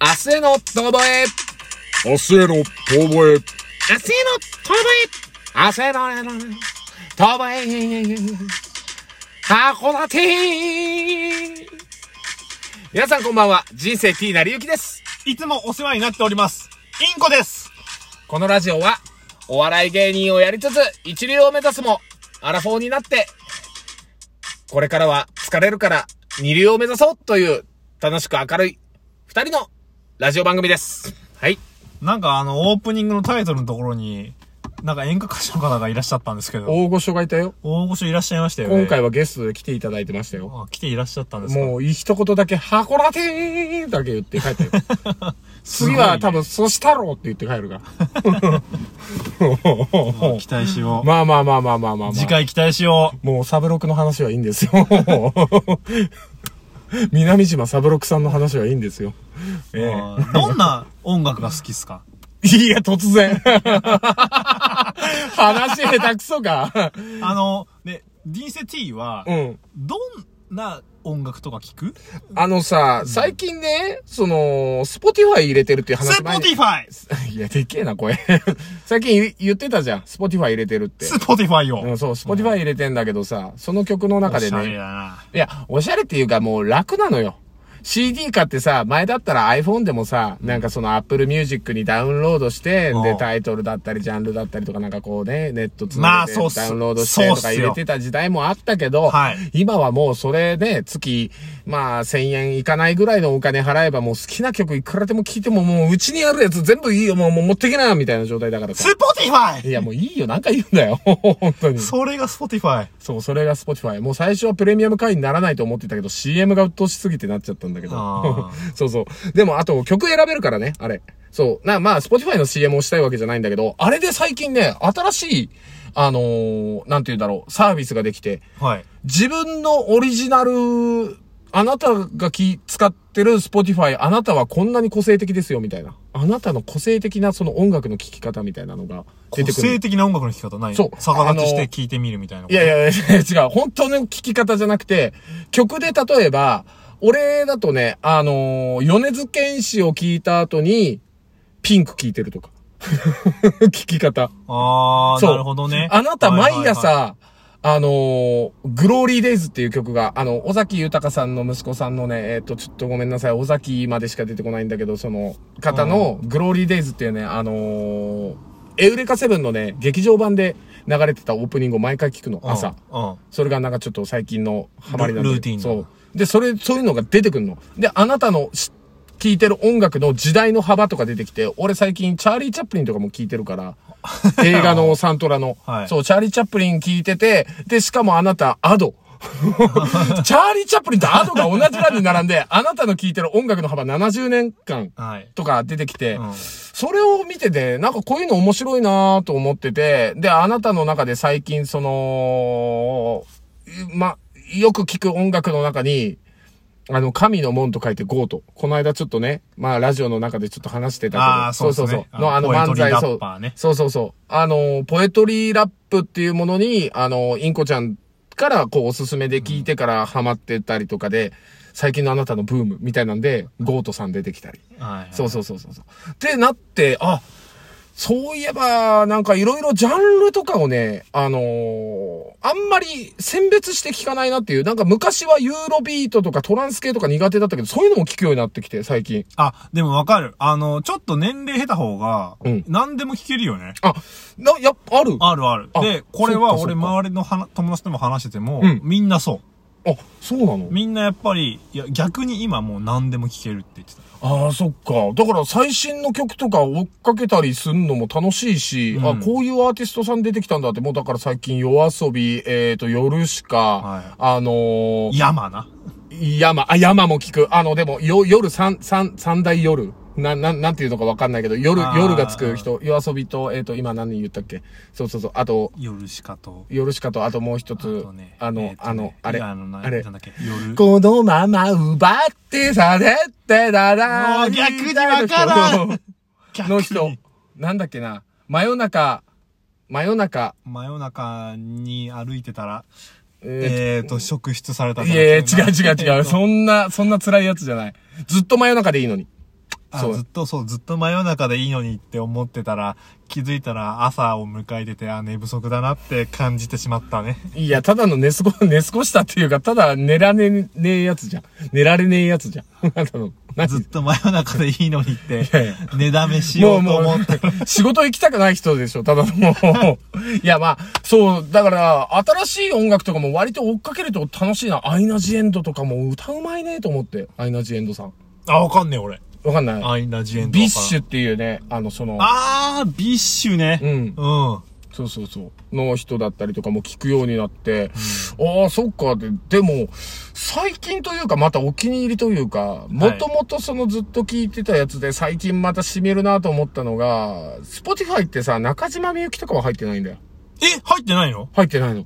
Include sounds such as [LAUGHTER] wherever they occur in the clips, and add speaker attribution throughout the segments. Speaker 1: 明日への遠吠え
Speaker 2: 明日への遠吠え。
Speaker 1: 明日への遠吠え明日への遠吠え函館皆さんこんばんは、人生 T なりゆきです。
Speaker 2: いつもお世話になっております。インコです。
Speaker 1: このラジオは、お笑い芸人をやりつつ、一流を目指すも、アラフォーになって、これからは疲れるから、二流を目指そうという、楽しく明るい、二人のラジオ番組です。はい。
Speaker 2: なんかあの、オープニングのタイトルのところに、なんか演歌歌手の方がいらっしゃったんですけど、
Speaker 1: 大御所がいたよ。
Speaker 2: 大御所いらっしゃいましたよね。
Speaker 1: 今回はゲストで来ていただいてましたよ。
Speaker 2: は。来ていらっしゃったんですか
Speaker 1: もう、一言だけ、箱ラテーだけ言って帰 [LAUGHS] ったよ。
Speaker 2: すごい
Speaker 1: 次
Speaker 2: ね
Speaker 1: は多分、そしたろうって言って帰るから。
Speaker 2: 期待しよう。
Speaker 1: まあまあまあまあまあまあ、まあ。
Speaker 2: 次回期待しよう。
Speaker 1: もうサブロクの話はいいん [LAUGHS] ですよ。南島サブロクさんの話はいいんですよ。え
Speaker 2: あーどんな音楽が好きっすか
Speaker 1: えいや、突然。 [LAUGHS] 話下手くそか。
Speaker 2: あの、ね、人生 T は
Speaker 1: う、ん。
Speaker 2: どんな音楽とか聞く
Speaker 1: あのさ、最近ね、その、スポティファイ入れてるっていう話
Speaker 2: ス
Speaker 1: 前
Speaker 2: ポ
Speaker 1: に
Speaker 2: ティファイス
Speaker 1: [LAUGHS] いや、でっけえな、声。最近言言ってたじゃん。スポティファイ入れてるって。
Speaker 2: ポティファイ
Speaker 1: う
Speaker 2: を
Speaker 1: ん、。そう、スポティファイ入れてんだけどさ、その曲の中で
Speaker 2: おしゃれ
Speaker 1: ね、
Speaker 2: だない
Speaker 1: や、おしゃれっていうかもう楽なのよ。CD 買ってさ、前だったら iPhone でもさ、なんかその Apple Music にダウンロードして、
Speaker 2: うん
Speaker 1: で、タイトルだったり、ジャンルだったりとかなんかこうね、ネットつ
Speaker 2: ま
Speaker 1: な
Speaker 2: あ
Speaker 1: げて
Speaker 2: そうっす
Speaker 1: ダウンロードしてと
Speaker 2: そ
Speaker 1: か
Speaker 2: うっす
Speaker 1: 入
Speaker 2: よ
Speaker 1: れてた時代もあったけど
Speaker 2: はい、
Speaker 1: 今はもうそれね、月、まあ1000円いかないぐらいのお金払えばもう好きな曲いくらでも聴いてももううちにあるやつ全部いいよ、もうもう持ってけな、みたいな状態だからさ。
Speaker 2: スポティファイ
Speaker 1: いや、もういいよ、なんか言うんだよ、 [LAUGHS] 本当に。
Speaker 2: それがスポティファイ。
Speaker 1: そう、それが Spotify。もう最初はプレミアム会員にならないと思ってたけど、CM が鬱陶しすぎてなっちゃったんだけど
Speaker 2: あ。
Speaker 1: [LAUGHS] そうそう。でも、あと曲選べるからね、あれ。そう。な、まあ、Spotify の CM をしたいわけじゃないんだけど、あれで最近ね、新しい、あのーなんて言うんだろう、サービスができて、
Speaker 2: はい。
Speaker 1: 自分のオリジナル、あなたがき使ってる Spotify、あなたはこんなに個性的ですよ、みたいな。あなたの個性的なその音楽の聴き方みたいなのが出
Speaker 2: 個
Speaker 1: てくる
Speaker 2: 性。的な音楽の聴き方ない
Speaker 1: そう
Speaker 2: 逆立ちして聴いてみるみたいな。
Speaker 1: いやいやい [LAUGHS] や、違う。本当の聞き方じゃなくて、曲で例えば、俺だとね、あのー、米津玄師を聞いた後に、ピンク聞いてるとか。 [LAUGHS] 聞き方。
Speaker 2: あー、
Speaker 1: そう
Speaker 2: なるほどね。
Speaker 1: あなた
Speaker 2: はい
Speaker 1: 毎
Speaker 2: はいはい
Speaker 1: 朝、、あのーグローリーデイズっていう曲が、あの、尾崎豊さんの息子さんのね、えっ、と、ちょっとごめんなさい、尾崎までしか出てこないんだけど、その方の、グローリーデイズっていうね、あのーエウレカセブンのね、劇場版で流れてたオープニングを毎回聞くの、
Speaker 2: うん
Speaker 1: 朝。
Speaker 2: うん。
Speaker 1: それがなんかちょっと最近のハマりなんで
Speaker 2: ルルーティンの
Speaker 1: そう。で、それ、そういうのが出てくるの。で、あなたのし聞いてる音楽の時代の幅とか出てきて、俺最近チャーリー・チャップリンとかも聞いてる
Speaker 2: [LAUGHS]
Speaker 1: から、映画のサントラの。
Speaker 2: はい
Speaker 1: そう、チャーリー・チャップリン聞いてて、で、しかもあなた、ア
Speaker 2: [LAUGHS]
Speaker 1: ド。チャーリー・チャップリンとアドが同じ欄に並んで、あなたの聞いてる音楽の幅70年間
Speaker 2: はい。
Speaker 1: とか出てきて、
Speaker 2: うん
Speaker 1: それを見てて、なんかこういうの面白いなと思ってて、で、あなたの中で最近その、ま、よく聞く音楽の中に、あの、神の門と書いてゴート。この間ちょっとね、まあ、ラジオの中でちょっと話してたけど。
Speaker 2: あーそうですね
Speaker 1: そうそう。の、
Speaker 2: あ
Speaker 1: あ
Speaker 2: の
Speaker 1: の、漫才、
Speaker 2: ポエトリーラ
Speaker 1: そ
Speaker 2: ッ
Speaker 1: う
Speaker 2: パーね。
Speaker 1: そうそうそう。あの、ポエトリーラップっていうものに、あの、インコちゃんから、こう、おすすめで聞いてからハマってたりとかで、最近のあなたのブームみたいなんで、ゴートさん出てきたり。
Speaker 2: はい。
Speaker 1: そうそうそうそうそう。ってなって、あ、そういえば、なんかいろいろジャンルとかをね、あのーあんまり選別して聞かないなっていう、なんか昔はユーロビートとかトランス系とか苦手だったけど、そういうのも聞くようになってきて、最近。
Speaker 2: あ、でもわかる。あの、ちょっと年齢下手方が
Speaker 1: うん、
Speaker 2: 何でも聴けるよね。
Speaker 1: あ、な、やっぱあるあ
Speaker 2: あるある
Speaker 1: あ。
Speaker 2: で、これは
Speaker 1: そっかそっか
Speaker 2: 俺周りのはな友達とも話してても
Speaker 1: うん、
Speaker 2: みんなそ
Speaker 1: そうなの
Speaker 2: う。みんなやっぱり、いや、逆に今もう何でも聴けるって言ってた。
Speaker 1: ああ、そっか。だから最新の曲とか追っかけたりするのも楽しいし、
Speaker 2: うん
Speaker 1: あ、こういうアーティストさん出てきたんだって、もうだから最近夜遊び、えっ、と、夜しか、
Speaker 2: はい
Speaker 1: あのー
Speaker 2: 山な。
Speaker 1: 山、あ、山も聞く。あの、でも、よ、夜三、三、三大夜。な、な、なんていうのかわかんないけど、夜、
Speaker 2: あー
Speaker 1: 夜がつく人、夜遊びと、えっ、と、今何人言ったっけそうそうそう。あと、
Speaker 2: 夜しかと。
Speaker 1: 夜しかと、あともう一
Speaker 2: あ
Speaker 1: つ
Speaker 2: と、ね
Speaker 1: あの、
Speaker 2: えーとね
Speaker 1: あの、あれ、
Speaker 2: いやあの、な
Speaker 1: あれ
Speaker 2: なんだっけ、夜。
Speaker 1: このまま奪ってされてだら
Speaker 2: もう逆にわからん逆に
Speaker 1: の
Speaker 2: [LAUGHS]
Speaker 1: 人。なんだっけな。真夜中、真夜中、
Speaker 2: 真夜中に歩いてたら、
Speaker 1: え
Speaker 2: えーと、職質された
Speaker 1: ー
Speaker 2: じ
Speaker 1: い
Speaker 2: ゃ
Speaker 1: やいや違う違う違う。
Speaker 2: う。
Speaker 1: そんな、そんな辛いやつじゃない。ずっと真夜中でいいのに。
Speaker 2: あ
Speaker 1: そう
Speaker 2: ずっとそう、ずっと真夜中でいいのにって思ってたら、気づいたら朝を迎えてて、あ、寝不足だなって感じてしまった [LAUGHS] ね。
Speaker 1: いや、ただの寝過ご、 [LAUGHS] 寝過ごしたっていうか、ただ寝られねえやつじゃん。寝られねえやつじゃん。 [LAUGHS] あなたの。何
Speaker 2: ずっと真夜中でいいのにって
Speaker 1: やいや、
Speaker 2: 寝だめしようと
Speaker 1: [LAUGHS]
Speaker 2: 思って。
Speaker 1: 仕事行きたくない人でしょ、ただの [LAUGHS] もう。いや、まあ、そう、だから、新しい音楽とかも割と追っかけると楽しいな。アイナ・ジ・エンドとかも歌うまいねと思って、アイナ・ジ・エンドさん。
Speaker 2: あ、わかんねえ、俺。
Speaker 1: わかんない
Speaker 2: アイナ・ジ・エンド。
Speaker 1: ビッシ
Speaker 2: ュ。
Speaker 1: ュっていうね、あの、その、
Speaker 2: あー、ビッシュね。
Speaker 1: うん
Speaker 2: うん。
Speaker 1: そうそうそう、の人だったりとかも聞くようになって、ああ、そっかって、でも、最近というか、またお気に入りというか、もともとそのずっと聞いてたやつで、最近また染みるなと思ったのが、Spotify ってさ、中島みゆきとかは入ってないんだよ。
Speaker 2: え、入ってないの
Speaker 1: 入ってないの。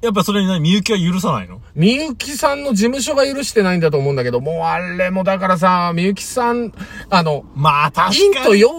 Speaker 2: やっぱそれに何みゆきは許さないの
Speaker 1: みゆきさんの事務所が許してないんだと思うんだけど、もうあれもだからさ、みゆきさん、あの、
Speaker 2: まあ、確
Speaker 1: 陰
Speaker 2: か
Speaker 1: と
Speaker 2: に。
Speaker 1: 陽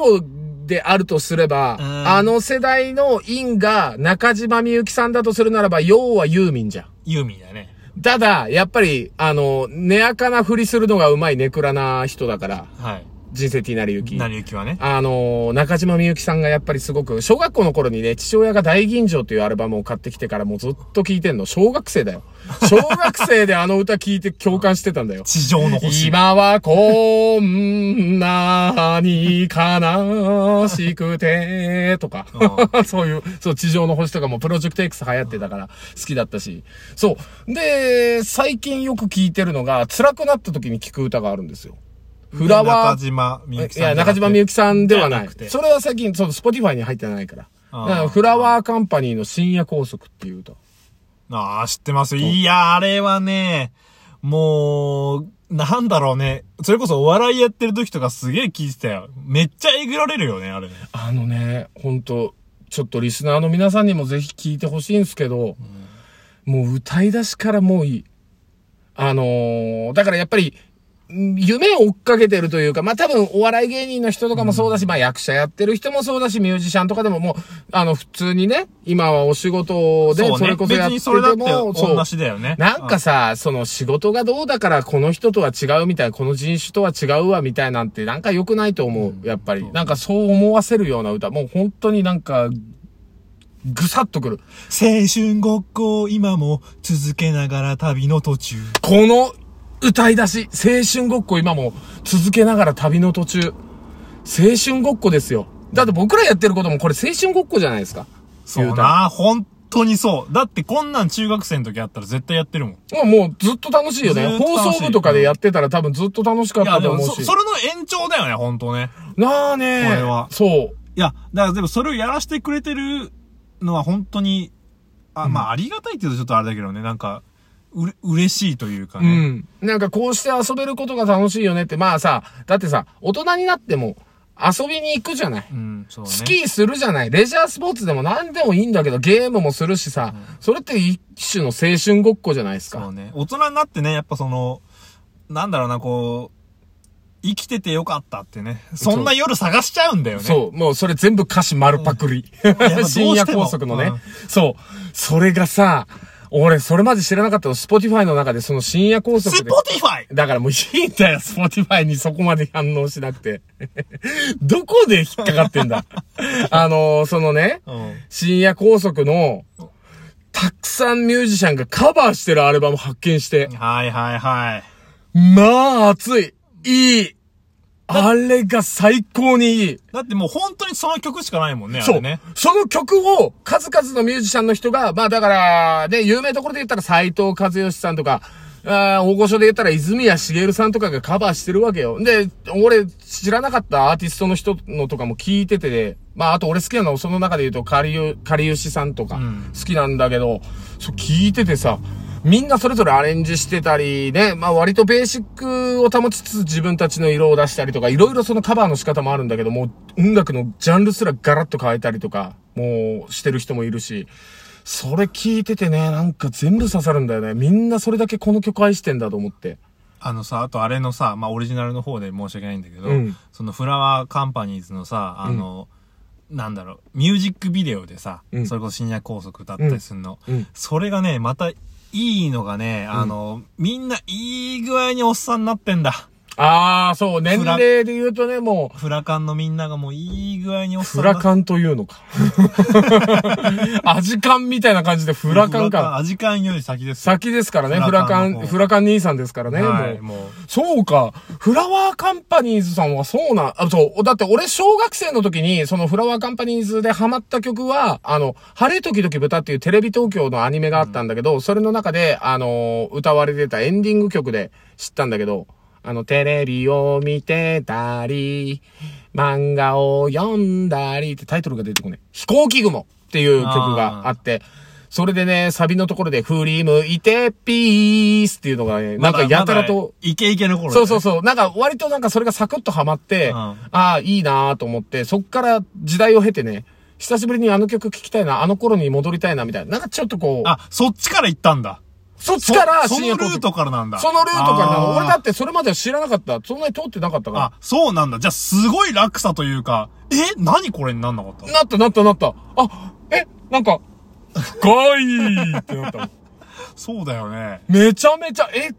Speaker 1: であるとすれば、
Speaker 2: うん
Speaker 1: あの世代の陰が中島みゆきさんだとするならば、陽はユーミンじゃん。
Speaker 2: ユーミンだね。
Speaker 1: ただ、やっぱり、あの、根やかなふりするのがうまいネクラな人だから、
Speaker 2: はい。
Speaker 1: 人生 T なりゆき。
Speaker 2: 成りゆきはね。
Speaker 1: あの、中島みゆきさんがやっぱりすごく、小学校の頃にね、父親が大吟醸というアルバムを買ってきてからもうずっと聴いてんの。小学生だよ。小学生であの歌聴いて共感してたんだよ。
Speaker 2: 地上の星。
Speaker 1: 今はこんなに悲しくて、とか。 [LAUGHS] そういう、そう、地上の星とかもプロジェクト X 流行ってたから好きだったし。そう。で、最近よく聴いてるのが、辛くなった時に聴く歌があるんですよ。フラワー
Speaker 2: 中島みゆき
Speaker 1: い
Speaker 2: さん。
Speaker 1: や、中島みゆきさんではな
Speaker 2: じゃ
Speaker 1: い
Speaker 2: なく。て
Speaker 1: それは最近、その、スポティファイに入ってないから。
Speaker 2: あ
Speaker 1: だ
Speaker 2: ー
Speaker 1: からフラワーカンパニーの深夜拘束っていう歌。
Speaker 2: ああ、知ってます。いや、あれはね、もう、なんだろうね。それこそお笑いやってる時とかすげえ聞いてたよ。めっちゃえぐられるよね、あれね。
Speaker 1: あのね、ほんと、ちょっとリスナーの皆さんにもぜひ聞いてほしいんですけど、もう歌い出しからもういい。あのーだからやっぱり、ん夢を追っかけてるというか、まあ、多分お笑い芸人の人とかもそうだし、まあ、役者やってる人もそうだし、ミュージシャンとかでももう、あの、普通にね、今はお仕事で、それこそや
Speaker 2: 別
Speaker 1: って
Speaker 2: に
Speaker 1: て
Speaker 2: それだって
Speaker 1: も、
Speaker 2: 同じだよね。
Speaker 1: [LAUGHS] なんかさ、その仕事がどうだからこの人とは違うみたいな、この人種とは違うわみたいなんてなんか良くないと思う、やっぱり。なんかそう思わせるような歌。もう本当になんか、ぐさっとくる。
Speaker 2: 青春ごっこを今も続けながら旅の途中。
Speaker 1: この歌い出し、青春ごっこ今も続けながら旅の途中。青春ごっこですよ。だって僕らやってることもこれ青春ごっこじゃないですか。
Speaker 2: そうな、本当にそう。だってこんなん中学生の時あったら絶対やってるもん。
Speaker 1: まあもうずっと楽しいよね。
Speaker 2: ずっと楽しい
Speaker 1: 放送部とかでやってたら多分ずっと楽しかっ
Speaker 2: いや、
Speaker 1: た
Speaker 2: で
Speaker 1: と
Speaker 2: も
Speaker 1: 思う
Speaker 2: そ、
Speaker 1: し。
Speaker 2: それの延長だよね、本当ね。
Speaker 1: なあね
Speaker 2: これは
Speaker 1: そう。
Speaker 2: いや、だからでもそれをやらせてくれてるのは本当に、あ、まあありがたいって言うとちょっとあれだけどね、なんか、うれ、嬉しいというか
Speaker 1: う
Speaker 2: ね。
Speaker 1: ん。なんかこうして遊べることが楽しいよねって、まあさ、だってさ、大人になっても遊びに行くじゃない。
Speaker 2: うん、そうね。
Speaker 1: スキーするじゃない。レジャースポーツでも何でもいいんだけど、ゲームもするしさ、それって一種の青春ごっこじゃないです
Speaker 2: そ
Speaker 1: か
Speaker 2: う。ね。大人になってね、やっぱその、なんだろうな、こう、生きててよかったってね。そんな夜探しちゃうんだよね。
Speaker 1: そう,、もうそれ全部歌詞丸パクリ。
Speaker 2: ぱどうして
Speaker 1: [LAUGHS] 深
Speaker 2: も
Speaker 1: 夜拘束のね、
Speaker 2: うん
Speaker 1: そう。それがさ、俺それまで知らなかったの、スポティファイの中でその深夜拘束
Speaker 2: ス
Speaker 1: で。
Speaker 2: ポティファイ
Speaker 1: だからもういいんだよ、スポティファイにそこまで反応しなくて。 [LAUGHS] どこで引っかかってんだ [LAUGHS] あのーそのね、
Speaker 2: うん。
Speaker 1: 深夜拘束の、たくさんミュージシャンがカバーしてるアルバム発見して、
Speaker 2: はいはいはい。
Speaker 1: まあ熱い、いい、あれが最高にいい。
Speaker 2: だってもう本当にその曲しかないもんね、あ
Speaker 1: そう
Speaker 2: れね。。
Speaker 1: その曲を数々のミュージシャンの人が、まあだから、ね、有名どころで言ったら斎藤和義さんとか、あー大御所で言ったら泉谷しげるさんとかがカバーしてるわけよ。で、俺知らなかったアーティストの人のとかも聞いててで、まああと俺好きなのその中で言うとかりゆ、かりゆしさんとか
Speaker 2: ん
Speaker 1: 好きなんだけど、そう聞いててさ、みんなそれぞれアレンジしてたりね、まあ割とベーシックを保ちつつ自分たちの色を出したりとか、いろいろそのカバーの仕方もあるんだけど、もう音楽のジャンルすらガラッと変えたりとか、もうしてる人もいるし、それ聞いててね、なんか全部刺さるんだよね。みんなそれだけこの曲愛してんだと思って。
Speaker 2: あのさ、あとあれのさ、まあオリジナルの方で申し訳ないんだけど、
Speaker 1: うん
Speaker 2: そのフラワーカンパニーズのさ、あの、なんだろう、ミュージックビデオでさ、
Speaker 1: うん
Speaker 2: それこそ深夜拘束だったりするの、
Speaker 1: うんうん
Speaker 2: それがね、またいいのがね、あの、みんないい具合におっさんになってんだ。
Speaker 1: ああ、そう、年
Speaker 2: フラ
Speaker 1: 齢で言うとね、も
Speaker 2: フラカンのみんながもういい具合におっ
Speaker 1: う、
Speaker 2: さ
Speaker 1: フ
Speaker 2: んだ
Speaker 1: ラカンというの
Speaker 2: [LAUGHS]
Speaker 1: か。味感みたいな感じでフラカン
Speaker 2: フラカン
Speaker 1: か。
Speaker 2: アジカンより先ですよ。
Speaker 1: 先ですからね、フ
Speaker 2: フ
Speaker 1: ラ
Speaker 2: ラ
Speaker 1: カ
Speaker 2: カンの
Speaker 1: ン、
Speaker 2: 方
Speaker 1: フラカン兄さんですからね、
Speaker 2: はい、
Speaker 1: もう。
Speaker 2: もう。
Speaker 1: そうか。フラワーカンパニーズさんはそうな、あ、そう。だって俺小学生の時に、そのフラワーカンパニーズでハマった曲は、あの、晴れ時々豚っていうテレビ東京のアニメがあったんだけど、それの中で、あの、歌われてたエンディング曲で知ったんだけど、あの、テレビを見てたり、漫画を読んだりってタイトルが出てこない。飛行機雲っていう曲があって、それでね、サビのところで、振り向いて、ピースっていうのがね、なんかやたらと、
Speaker 2: まだイケイケの頃だね
Speaker 1: そうそうそう。なんか、割となんかそれがサクッとハマって、
Speaker 2: うん
Speaker 1: ああ、いいなと思って、そっから時代を経てね、久しぶりにあの曲聴きたいな、あの頃に戻りたいな、みたいな。なんかちょっとこう、
Speaker 2: あ、そっちから行ったんだ。
Speaker 1: そっちから
Speaker 2: そそのルート
Speaker 1: か。
Speaker 2: からなんだ。
Speaker 1: そのルートからなの。
Speaker 2: あー
Speaker 1: 俺だってそれまでは知らなかった。そんなに通ってなかったか
Speaker 2: あ、そうなんだ。じゃあ、すごい落差というか、え何これになんなかった
Speaker 1: ら。なったなったなった。あ、え、なんか、かいってなった。
Speaker 2: そうだよね。
Speaker 1: めちゃめちゃ、え、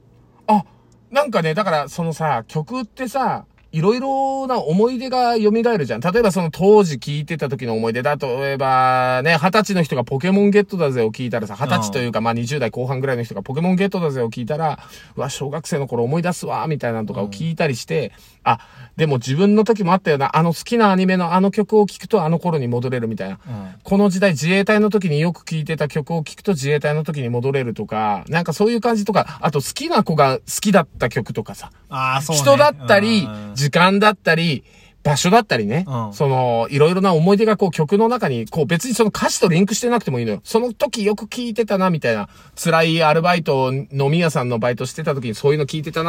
Speaker 1: あ、なんかね、だからそのさ、曲ってさ、いろいろな思い出が蘇るじゃん。例えばその当時聴いてた時の思い出だ。例えば、ね、二十歳の人がポケモンゲットだぜを聞いたらさ、二十歳というかまあ20代後半ぐらいの人がポケモンゲットだぜを聞いたら、うわ、小学生の頃思い出すわ、みたいなのとかを聞いたりして、あ、でも自分の時もあったよな、あの好きなアニメのあの曲を聴くとあの頃に戻れるみたいな。
Speaker 2: うん。
Speaker 1: この時代自衛隊の時によく聴いてた曲を聴くと自衛隊の時に戻れるとか、なんかそういう感じとか、あと好きな子が好きだった曲とかさ、
Speaker 2: ああ、そう、ね、
Speaker 1: 人だったり
Speaker 2: うんうん、
Speaker 1: 時間だったり、場所だったりね、
Speaker 2: うん
Speaker 1: その、いろいろな思い出がこう曲の中に、こう別にその歌詞とリンクしてなくてもいいのよ。その時よく聴いてたな、みたいな。辛いアルバイト、飲み屋さんのバイトしてた時にそういうの聴いてたな、